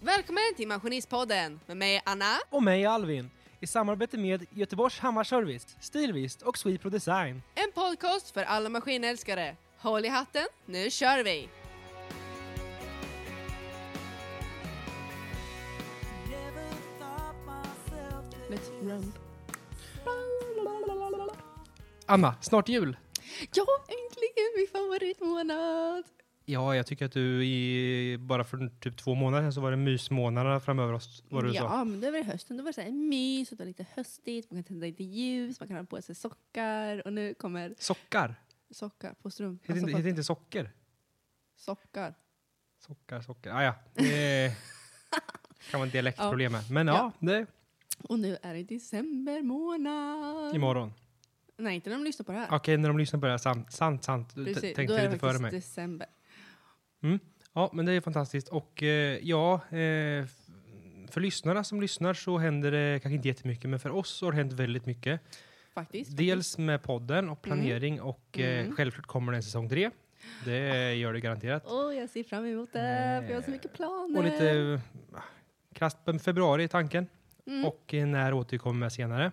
Välkommen till Maskinistpodden med mig Anna. Och mig Alvin. I samarbete med Göteborgs Hammarservice, Stilvist och Swepro Design. En podcast för alla maskinälskare. Håll i hatten, nu kör vi! Anna, snart jul. Ja, äntligen min favoritmånad! Ja, jag tycker att du i, bara för typ två månader sedan så var det mysmånaderna framöver oss. Var det så? Ja, men då var det hösten. Då var det så här mys och det var lite höstigt. Man kan tända lite ljus, man kan ha på sig sockar och nu kommer Sockar. sockar på Heter, strumpan. inte, heter inte socker? Sockar. Sockar, socker. Ah, ja. Det kan vara ett dialektproblem här. Men ja, det Och nu är det december månad. imorgon. Nej, inte när de lyssnar på det här. Okej, när de lyssnar på det här. Sant, sant. sant. Du Ah, t- Precis, då tänkte är det lite före faktiskt mig. december. Ja, men det är fantastiskt. Och eh, ja, eh, f- för lyssnarna som lyssnar så händer det kanske inte jättemycket, men för oss har det hänt väldigt mycket. Faktiskt. Dels med podden och planering och eh, Mm. självklart kommer det en säsong tre. Det gör det garanterat. Åh, jag ser fram emot det, för jag har så mycket planer. Och lite eh, krasst på februari i tanken. Mm. Och eh, när återkommer med senare.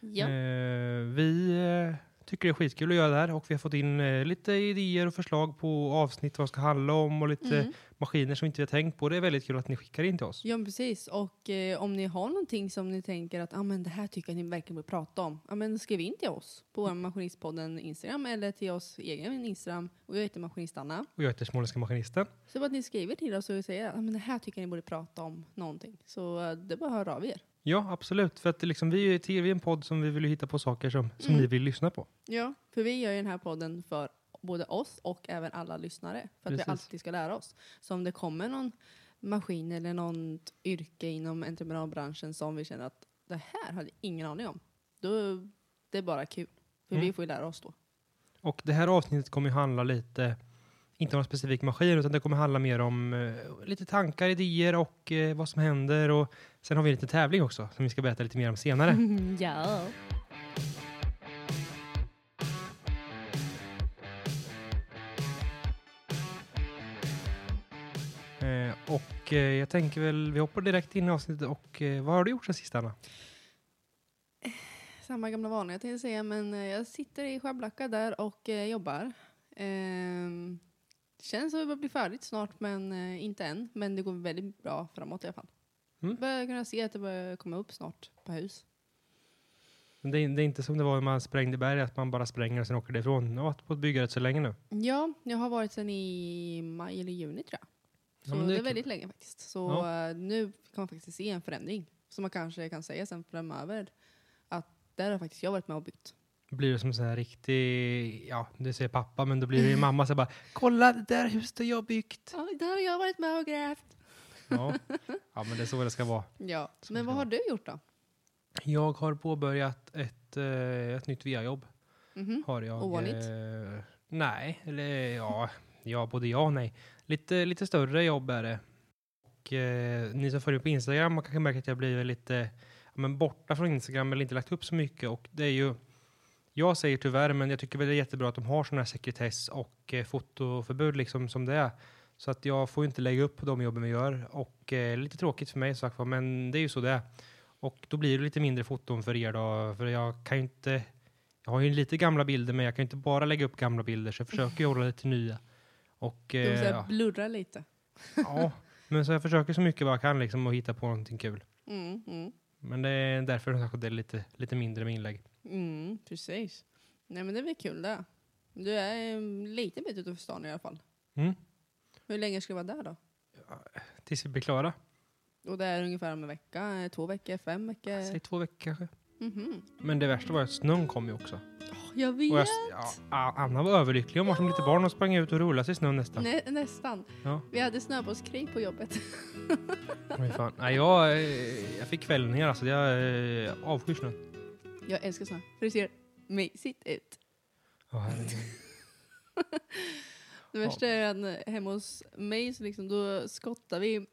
ja. Eh, vi eh, tycker det är skitkul att göra det här och vi har fått in eh, lite idéer och förslag på avsnitt vad det ska handla om och lite Mm. maskiner som inte vi har tänkt på. Det är väldigt kul att ni skickar in till oss. ja, men precis. Och eh, om ni har någonting som ni tänker att ah, men det här tycker jag ni verkligen bör prata om, ah, men skriv in till oss på vår Maskinistpodden Instagram eller till oss egen Instagram. Och jag heter Maskinist-Anna. Och jag heter Småländska Maskinisten. Så bara att ni skriver till oss och säger ah, men det här tycker jag ni borde prata om någonting. Så eh, det är bara att höra av er. Ja, absolut. För att liksom, vi är ju TV en podd som vi vill ju hitta på saker som, som Mm. ni vill lyssna på. Ja, för vi gör ju den här podden för både oss och även alla lyssnare. För att Precis. vi alltid ska lära oss. Så om det kommer någon maskin eller något yrke inom entreprenadbranschen som vi känner att det här hade jag ingen aning om. Då, det är bara kul. För Mm. vi får ju lära oss då. Och det här avsnittet kommer ju handla lite, inte om en specifik maskin, utan det kommer handla mer om eh, lite tankar, idéer och eh, vad som händer. Och sen har vi en liten tävling också som vi ska berätta lite mer om senare. ja. Mm. Eh, och eh, jag tänker väl, vi hoppar direkt in i avsnittet och eh, vad har du gjort sen sist Anna? Samma gamla vanliga tänkte jag säga, men eh, jag sitter i Skärblacka där och eh, jobbar. Ehm, det känns som att det börjar bli färdigt snart, men eh, inte än. Men det går väldigt bra framåt i alla fall. Mm. Börjar kunna se att det börjar komma upp snart på hus. Men Det är, det är inte som det var när man sprängde berg, att man bara spränger och sen åker det ifrån. Jag har varit på ett byggare så länge nu. Ja, jag har varit sen i maj eller juni tror jag. Ja, Så men det det, är är kul. väldigt länge faktiskt. Så eh, nu kan man faktiskt se en förändring. Som man kanske kan säga sen framöver att där har faktiskt jag varit med och byggt. blir det som så här riktig, ja det säger pappa, men då blir det ju mamma så här bara kolla det där huset har jag byggt. Ja, där har jag varit med och grävt. Ja. ja, men det är så det ska vara. Ja, Så men ska vad det har du gjort då? Jag har påbörjat ett, eh, ett nytt VA-jobb. Mhm. Har jag. Ovanligt. Eh, nej, eller ja, ja, både ja och nej. Lite, lite större jobb är det. Och eh, ni som följer på Instagram man kanske märker att jag blir lite ja, men borta från Instagram eller inte lagt upp så mycket. Och det är ju, jag säger tyvärr, men jag tycker väl det är jättebra att de har sån här sekretess och eh, fotoförbud liksom som det är. Så att jag får ju inte lägga upp på de jobben vi gör. Och eh, lite tråkigt för mig som sagt var, men det är ju så det är. Och då blir det lite mindre foton för er då, för jag kan ju inte jag har ju lite gamla bilder, men jag kan ju inte bara lägga upp gamla bilder, så jag försöker ju hålla lite nya. Och, Du eh, måste ja. blurra lite. ja, men så jag försöker så mycket vad jag kan liksom och hitta på någonting kul. Mm, mm, Men det är därför som sagt, det är lite, lite mindre med inlägg. mm, precis. Nej men det blir kul det. Du är en liten bit utanför stan i alla fall. Mm. Hur länge ska du vara där då? Tills vi blir klara. Och det är ungefär om en vecka, eh, två veckor, fem veckor. Säg två veckor kanske. Mhm. Men det värsta var att snön kom ju också. Jag vet! Och jag, ja, Anna var överlycklig. Hon var som lite barn och sprang ut och rullade sig i snön nästan. Nä, nästan. Ja. Vi hade snöbollskrig på jobbet. Oj, fan. Nej, jag, eh, jag fick kvällningar alltså. Jag eh, avskyr snön. Jag älskar snö, för det ser mysigt ut. Åh, herregud. Det Ja. värsta är att hemma hos mig så liksom, då skottar vi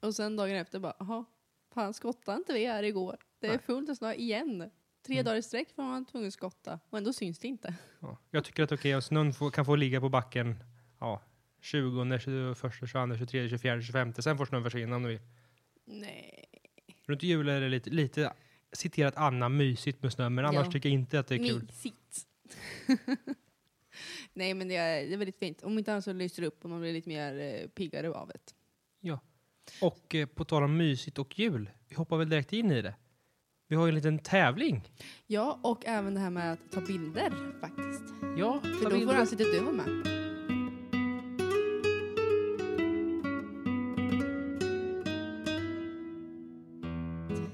och sen dagen efter bara, jaha, fan skottade inte vi här igår? Det är Nej. fullt av snö igen. Tre Mm. dagar i sträck var man tvungen att skotta och ändå syns det inte. Ja. Jag tycker att okej, snön får, kan få ligga på backen ja, 20, 21, 22, 23, 24, 25. Sen får snön försvinna om du vill. Nej. Runt jul är det lite, lite citerat Anna, mysigt med snö, men Ja. annars tycker jag inte att det är kul. Mysigt. Nej men det är, det är väldigt fint. Om inte annat så lyser det upp och man blir lite mer eh, piggare av det. Och eh, på tal om mysigt och jul, vi hoppar väl direkt in i det. Vi har ju en liten tävling. Ja, och även det här med att ta bilder faktiskt. Ja, För då får alltså inte du vara med.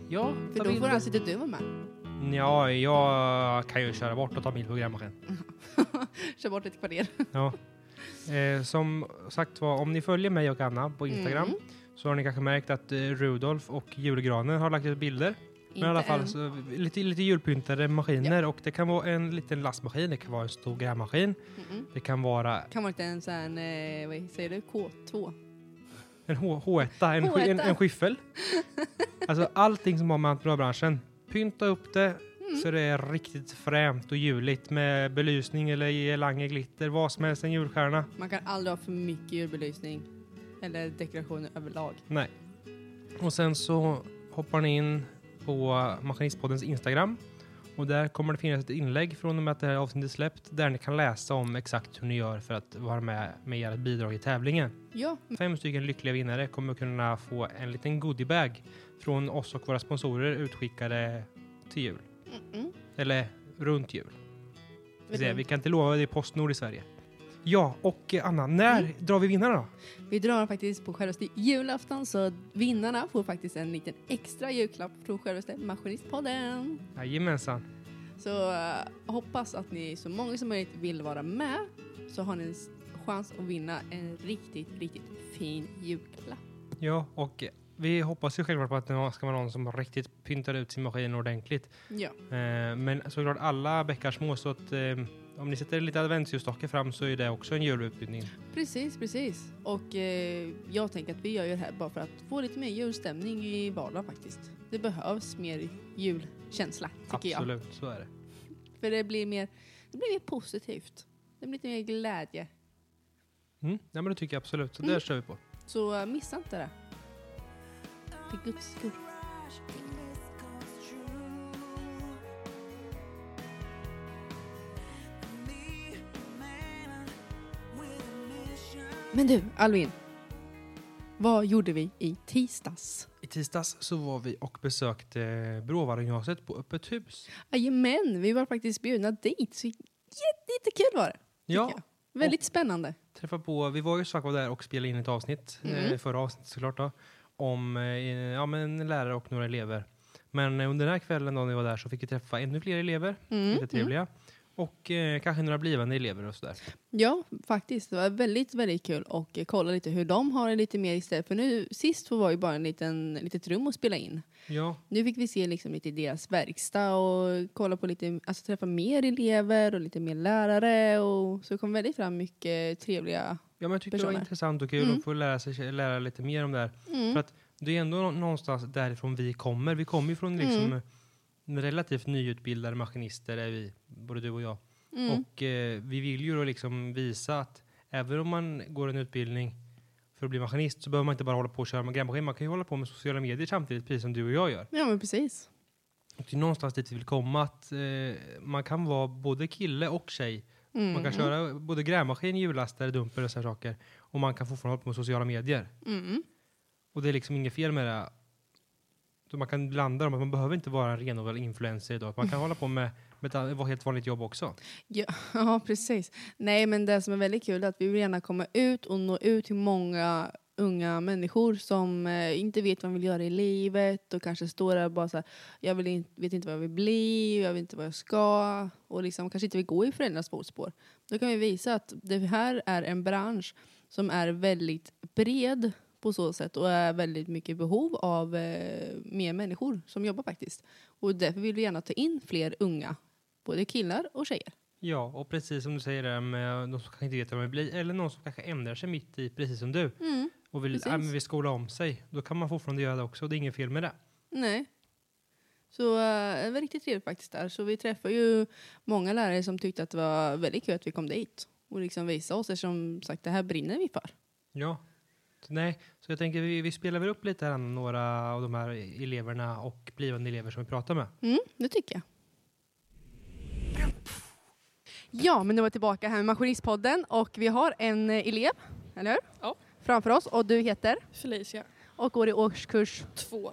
Ja, För ta då får bilder. alltså inte du vara med. Ja, jag kan ju köra bort och ta bild på grävmaskinen. Kör bort ett kvarter. Ja. Eh, som sagt var, om ni följer mig och Anna på Instagram Mm. så har ni kanske märkt att eh, Rudolf och julgranen har lagt ut bilder. Men i alla Inte fall än. så, lite, lite julpyntade maskiner och det kan vara en liten lastmaskin, det kan vara en stor grävmaskin, Mm-mm. det kan vara Kan vara inte ens en, eh, vad säger du, K2? en H- H1, en, sk- en, H1. en skyffel. alltså allting som har med entreprenörbranschen. Pynta upp det Mm. så det är riktigt främt och juligt med belysning eller lange glitter, vad som helst, en julstjärna. Man kan aldrig ha för mycket julbelysning. Eller dekorationer överlag. Nej. Och sen så hoppar ni in på Maskinistpoddens Instagram. Och där kommer det finnas ett inlägg från och med att det här avsnittet är släppt där ni kan läsa om exakt hur ni gör för att vara med med ert bidrag i tävlingen. Ja, Fem stycken lyckliga vinnare kommer kunna få en liten goodiebag från oss och våra sponsorer utskickade till jul. Mm-mm. Eller runt jul. Vi, Vet ser, du. vi kan inte lova det i Postnord i Sverige. Ja, och eh, Anna, när Mm. drar vi vinnarna då? Vi drar faktiskt på självaste julafton så vinnarna får faktiskt en liten extra julklapp från självaste Maskinistpodden. Jajamensan. Så eh, hoppas att ni så många som möjligt vill vara med så har ni en s- chans att vinna en riktigt, riktigt fin julklapp. Ja, och eh, vi hoppas ju självklart på att det ska vara någon som riktigt pyntar ut sin maskin ordentligt. Ja, Eh, Men såklart alla bäckar små så att eh, om ni sätter lite adventsljusstake fram så är det också en julutbildning. precis, precis. Och eh, jag tänker att vi gör ju det här bara för att få lite mer julstämning i vardagen faktiskt. Det behövs mer julkänsla tycker jag. Absolut, så är det. För det blir mer, det blir mer positivt. Det blir lite mer glädje. Mm. Ja, men det tycker jag absolut. Så Mm. där kör vi på. Så eh, missa inte det. För guds skull. Men du, Alvin. Vad gjorde vi i tisdags? I tisdags så var vi och besökte Bråvaragymnasiet på öppet hus. Jajamän, vi var faktiskt bjudna dit. Så jätte, jättekul var det. tycker Ja, jag. Väldigt spännande. träffa på, vi var ju sagt var där och spelade in ett avsnitt, Mm. eh, förra avsnittet såklart då, om eh, ja, men lärare och några elever. Men eh, under den här kvällen då när vi var där så fick vi träffa ännu fler elever, Mm, lite trevliga. Och eh, kanske några blivande elever och sådär. Ja, faktiskt. Det var väldigt, väldigt kul och eh, kolla lite hur de har det lite mer istället. För nu sist var ju bara en liten, litet rum att spela in. Ja, Nu fick vi se liksom lite deras verkstad och kolla på lite, alltså träffa mer elever och lite mer lärare och så kom väldigt fram mycket trevliga. ja men jag tyckte det var Personer. intressant och kul Mm. att få lära, sig, lära lite mer om det här. Mm. För att det är ändå nå- någonstans därifrån vi kommer. Vi kommer ju från liksom Mm. eh, relativt nyutbildade maskinister, är vi, både du och jag. Mm. Och eh, vi vill ju då liksom visa att även om man går en utbildning för att bli maskinist så behöver man inte bara hålla på och köra med grävmaskin. Man kan ju hålla på med sociala medier samtidigt, precis som du och jag gör. Ja, men precis. Och det är någonstans dit vi vill komma, att eh, man kan vara både kille och tjej. Mm. Man kan köra både grävmaskin, hjullastare, dumper och sådana saker. Och man kan fortfarande hålla på med sociala medier. Mm. Och det är liksom inget fel med det. Så man kan blanda dem, att man behöver inte vara en renodlad influencer idag. Man kan hålla på med, med ett vad helt vanligt jobb också. Ja, precis. Nej, men det som är väldigt kul är att vi vill gärna komma ut och nå ut till många unga människor som eh, inte vet vad de vill göra i livet och kanske står där och bara så här, jag vill in, vet inte vad jag vill bli, jag vet inte vad jag ska och liksom kanske inte vill gå i föräldrarnas fotspår. Då kan vi visa att det här är en bransch som är väldigt bred på så sätt och är väldigt mycket behov av eh, mer människor som jobbar faktiskt. Och därför vill vi gärna ta in fler unga, både killar och tjejer. Ja, och precis som du säger där med de som kanske inte vet vad de vill bli, eller någon som kanske ändrar sig mitt i, precis som du, Mm, och vill, Precis. äh, men vill skola om sig, då kan man fortfarande göra det också. Det är inget fel med det. nej. Så eh, det var riktigt trevligt faktiskt där. Så vi träffade ju många lärare som tyckte att det var väldigt kul att vi kom dit. och liksom visa oss eftersom sagt det här brinner vi för. Ja. Så Nej, så jag tänker vi, vi spelar väl upp lite här Anna, några av de här eleverna och blivande elever som vi pratar med. Mm, det tycker jag. Ja, men nu var jag tillbaka här med Maskinistpodden och vi har en eh, elev, eller hur? Ja. Framför oss och du heter? Felicia, Och går i årskurs två,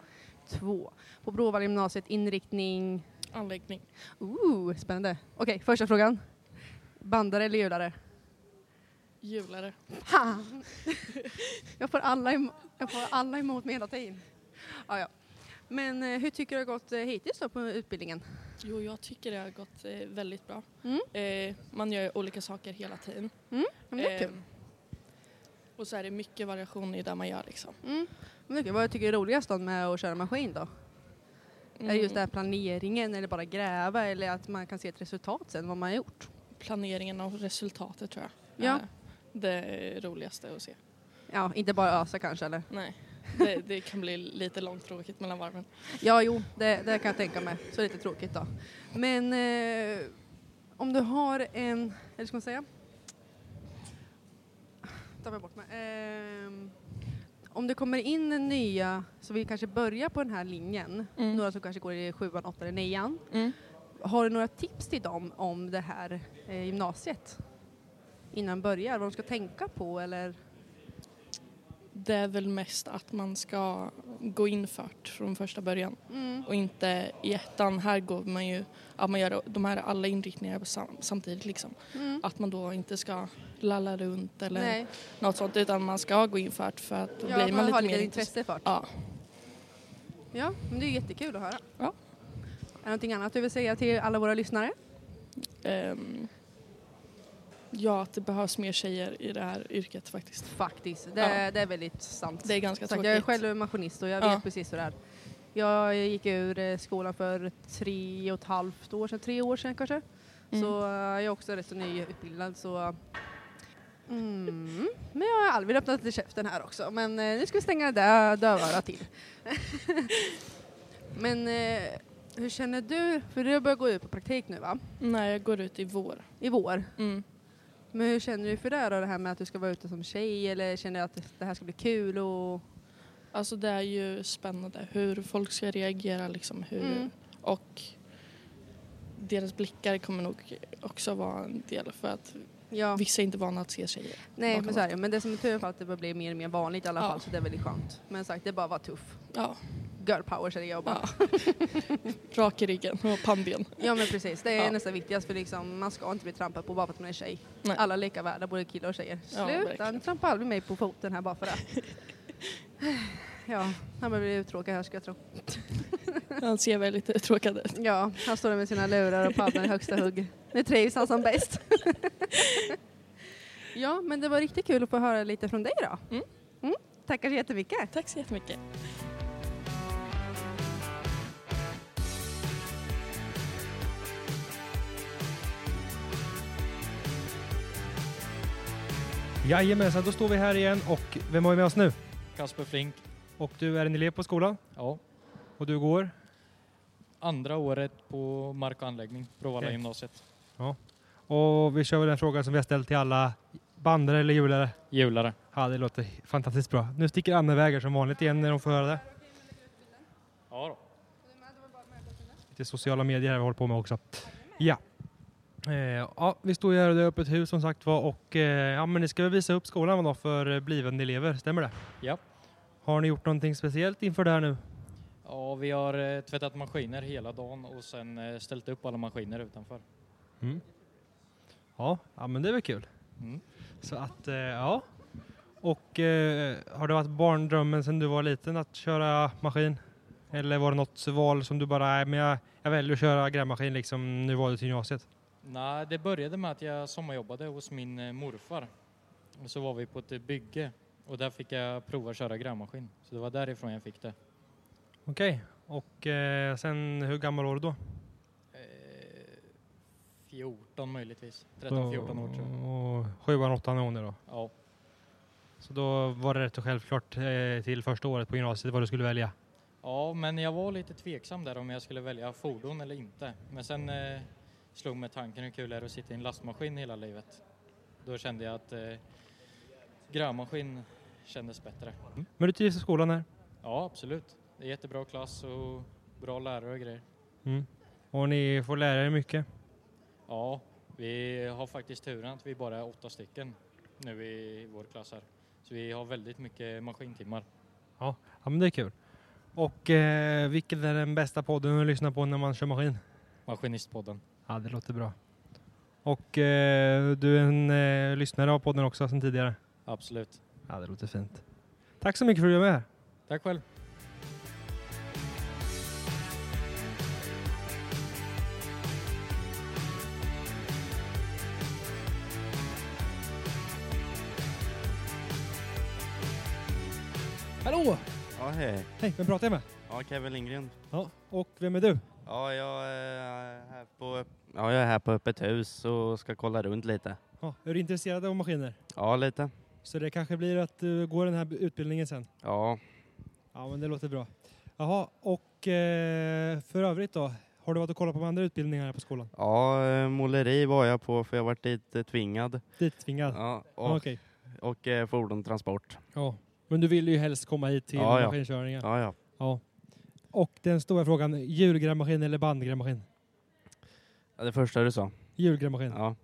två på Bråvalla gymnasiet inriktning... anläggning. Ooh, spännande. Okej, första frågan. Bandare eller hjulare? Julare. Ha! Jag får alla, em- jag får alla emot mig hela tiden. Ja, ja. Men eh, hur tycker du det har gått eh, hittills då på utbildningen? Jo, jag tycker det har gått eh, väldigt bra. Mm. Eh, man gör ju olika saker hela tiden. Men det är kul. Eh, och så är det mycket variation i det man gör liksom. Mm. Men det är kul. Vad tycker du är roligast då med att köra maskin då? Är det just den här planeringen eller bara gräva eller att man kan se ett resultat sen vad man har gjort? Mm. Planeringen av resultatet tror jag. Ja. Är det roligaste att se. Ja, inte bara ösa kanske eller? Nej, det, det kan bli lite långtråkigt mellan varven. Ja, jo, det, det kan jag tänka mig. Så lite tråkigt då. Men eh, om du har en, eller ska man säga? Tappar jag bort mig. Ehm, om det kommer in nya som vill kanske börja på den här linjen, Mm. några som kanske går i sjuan, åttan eller nian. Mm. Har du några tips till dem om det här eh, gymnasiet? Innan de börjar, vad de ska tänka på eller? Det är väl mest att man ska gå infört från första början. Mm. och inte i ettan. Här går man ju, att man gör de här alla inriktningar på sam, samtidigt liksom. Mm. Att man då inte ska lalla runt eller Nej, något sånt utan man ska gå in för att, för att då ja, blir man, man, har lite mer lite intresserad. intresse för det. Ja. Ja, men det är jättekul att höra. Ja. Är det någonting annat du vill säga till alla våra lyssnare? ehm, ja, att det behövs mer tjejer i det här yrket faktiskt. Faktiskt, det, Ja. det är väldigt sant. Det är ganska Sagt, tråkigt. jag är själv maskinist och jag Ja. vet precis hur det är. Jag gick ur eh, skolan för tre och ett halvt år sedan, tre år sedan kanske. Mm. Så eh, jag är också rätt så nyutbildad så... Mm. Men jag har aldrig öppnat lite käften här också men eh, nu ska vi stänga det där dövörat till. men eh, hur känner du? För du börjar gå ut på praktik nu va? Nej, jag går ut i vår. I vår. Mm. Men hur känner du för det här då, det här med att du ska vara ute som tjej eller känner du att det här ska bli kul och... Alltså det är ju spännande hur folk ska reagera liksom. Hur, Mm. Och deras blickar kommer nog också vara en del för att Ja, vissa är inte vana att se tjejer. nej bakom men så är det. Men det som är tur är att det börjar bli mer och mer vanligt i alla Ja. fall så det är väldigt skönt. Men sagt, det är bara att vara tuff. Ja, Girl power känner jag bara. ja. Rak i ryggen och pannben. Ja, men precis, det är Ja. nästan viktigast för liksom, man ska inte bli trampad på bara för att man är tjej. Nej. Alla är lika värda, både killar och tjejer. Ja, Sluta, verkligen. nu trampar aldrig mig på foten här bara för det. Ja, han börjar bli uttråkad här ska jag tro. Han ser väldigt uttråkad ut. Ja, han står där med sina lurar och paddlar i högsta hugg. Nu trivs han som bäst. ja, men det var riktigt kul att få höra lite från dig då. Mm. Mm, tackar så jättemycket. Tack så jättemycket. Jajamensan, då står vi här igen och vem har vi med oss nu? Kasper Flink. Och du är en elev på skolan Ja. och du går. Andra året på mark och anläggning, Bråvalla Okej. gymnasiet. Och vi kör väl den fråga som vi har ställt till alla bandare eller hjulare. Julare. Ja, det låter fantastiskt bra. Nu sticker Anna iväg som vanligt igen när de får höra det. Ja då. Lite sociala medier här vi håller på med också. Ja. Eh, ja, vi står ju här och det är öppet hus som sagt var och eh, ja, men ni ska väl visa upp skolan då för eh, blivande elever, stämmer det? Ja. Har ni gjort någonting speciellt inför det här nu? Ja, vi har eh, tvättat maskiner hela dagen och sen eh, ställt upp alla maskiner utanför. Ja, ja men det är väl kul. Mm. Så att, eh, ja. Och eh, har det varit barndrömmen sedan du var liten att köra maskin? Eller var det något val som du bara, nej men jag, jag väljer att köra grävmaskin liksom, nu var det till gymnasiet? Nej, det började med att jag sommarjobbade hos min eh, morfar. Och så var vi på ett bygge och där fick jag prova att köra grävmaskin. Så det var därifrån jag fick det. Okej, och eh, sen hur gammal var du då? Eh, 14 möjligtvis. 13-14 år tror jag. Och sjuan, åttan är hon nu då. Ja, Så då var det rätt och självklart eh, till första året på gymnasiet vad du skulle välja. Ja, men jag var lite tveksam där om jag skulle välja fordon eller inte. Men sen eh, slog mig tanken hur kul det är att sitta i en lastmaskin hela livet. Då kände jag att eh, grävmaskin kändes bättre. Men du trivs i skolan här? Ja, absolut. Det är jättebra klass och bra lärare och grejer. Mm. Och ni får lära er mycket? Ja, vi har faktiskt turen att vi bara är åtta stycken nu i vår klass här. Så vi har väldigt mycket maskintimmar. Ja, men det är kul. Och eh, vilken är den bästa podden att lyssna på när man kör maskin? Maskinistpodden. Ja, det låter bra. Och eh, du är en eh, lyssnare av podden också sedan tidigare? Absolut. Ja, det låter fint. Tack så mycket för att du var med. Tack själv. Hallå! Ja, hej. Hej, vem pratar jag med? Ja, Kevin Lindgren. Ja. Och vem är du? Ja, jag är här på, öpp- ja, jag är här på öppet hus och ska kolla runt lite. Ja, är du intresserad av maskiner? Ja, lite. Så det kanske blir att du går den här utbildningen sen? Ja, Ja, men det låter bra. Jaha, och eh, för övrigt då? Har du varit och kollat på andra utbildningar här på skolan? ja eh, måleri var jag på för jag varit dit eh, tvingad. Dittvingad? Ja, Ja, och, Okej. och eh, fordonstransport. Ja. Men du vill ju helst komma hit till Ja, ja. maskinkörningen? Ja, ja. Ja. Och den stora frågan, hjulgrävmaskin eller bandgrävmaskin? Ja, Det första du sa. Hjulgrävmaskin. Ja.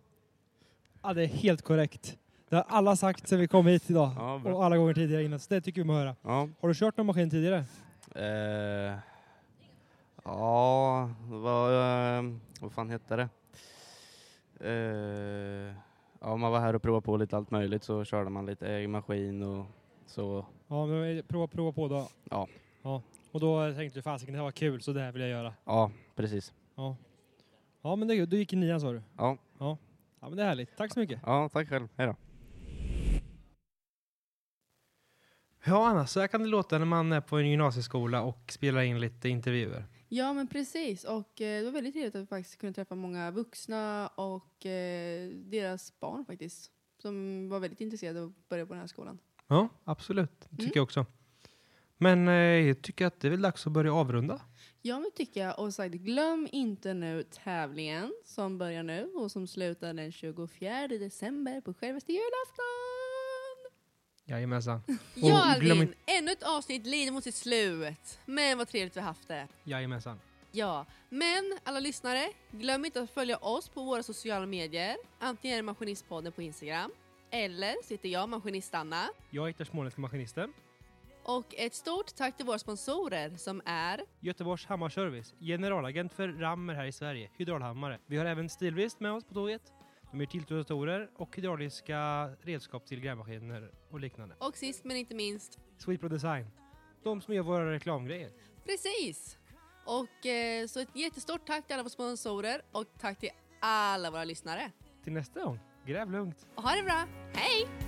Ja, det är helt korrekt. Det har alla sagt sedan vi kom hit idag. Ja, bra. och alla gånger tidigare innan, så det tycker vi må höra. ja. Har du kört någon maskin tidigare? Eh, ja, vad, eh, vad fan hette det? Eh, ja, man var här och provade på lite allt möjligt så körde man lite egen maskin och så. Ja, men prova, prova på då. Ja. ja. Och då tänkte du, fasiken det här var kul, så det här vill jag göra. Ja, precis. Ja. Ja, men det, du gick i nian sa du? Ja. Ja. Ja, men det är härligt. Tack så mycket. Ja, tack själv. Hej då. Ja, Anna, så här kan det låta när man är på en gymnasieskola och spelar in lite intervjuer. Ja men precis och eh, det var väldigt trevligt att vi faktiskt kunde träffa många vuxna och eh, deras barn faktiskt. Som var väldigt intresserade av att börja på den här skolan. Ja, absolut. Det tycker Mm. jag också. Men eh, jag tycker att det är väl dags att börja avrunda. Ja men tycker jag och sagt glöm inte nu tävlingen som börjar nu och som slutar den 24 december på självaste julafton. Jajamensan. Ja Och glöm Albin, ännu ett avsnitt lider mot sitt slut. Men vad trevligt vi har haft det. Jajamensan. Ja, men alla lyssnare, glöm inte att följa oss på våra sociala medier. Antingen är det Maskinistpodden på Instagram, eller så heter jag Maskinist-Anna. Jag heter Småländska Maskinisten. Och ett stort tack till våra sponsorer som är... Göteborgs Hammarservice, generalagent för Rammer här i Sverige, hydraulhammare. Vi har även Stilbrist med oss på tåget. De gör tiltrotorer och hydrauliska redskap till grävmaskiner och liknande. Och sist men inte minst, Sweetpro Design, de som gör våra reklamgrejer. precis! Och eh, så ett jättestort tack till alla våra sponsorer och tack till alla våra lyssnare. Till nästa gång, gräv lugnt! Och ha det bra, hej!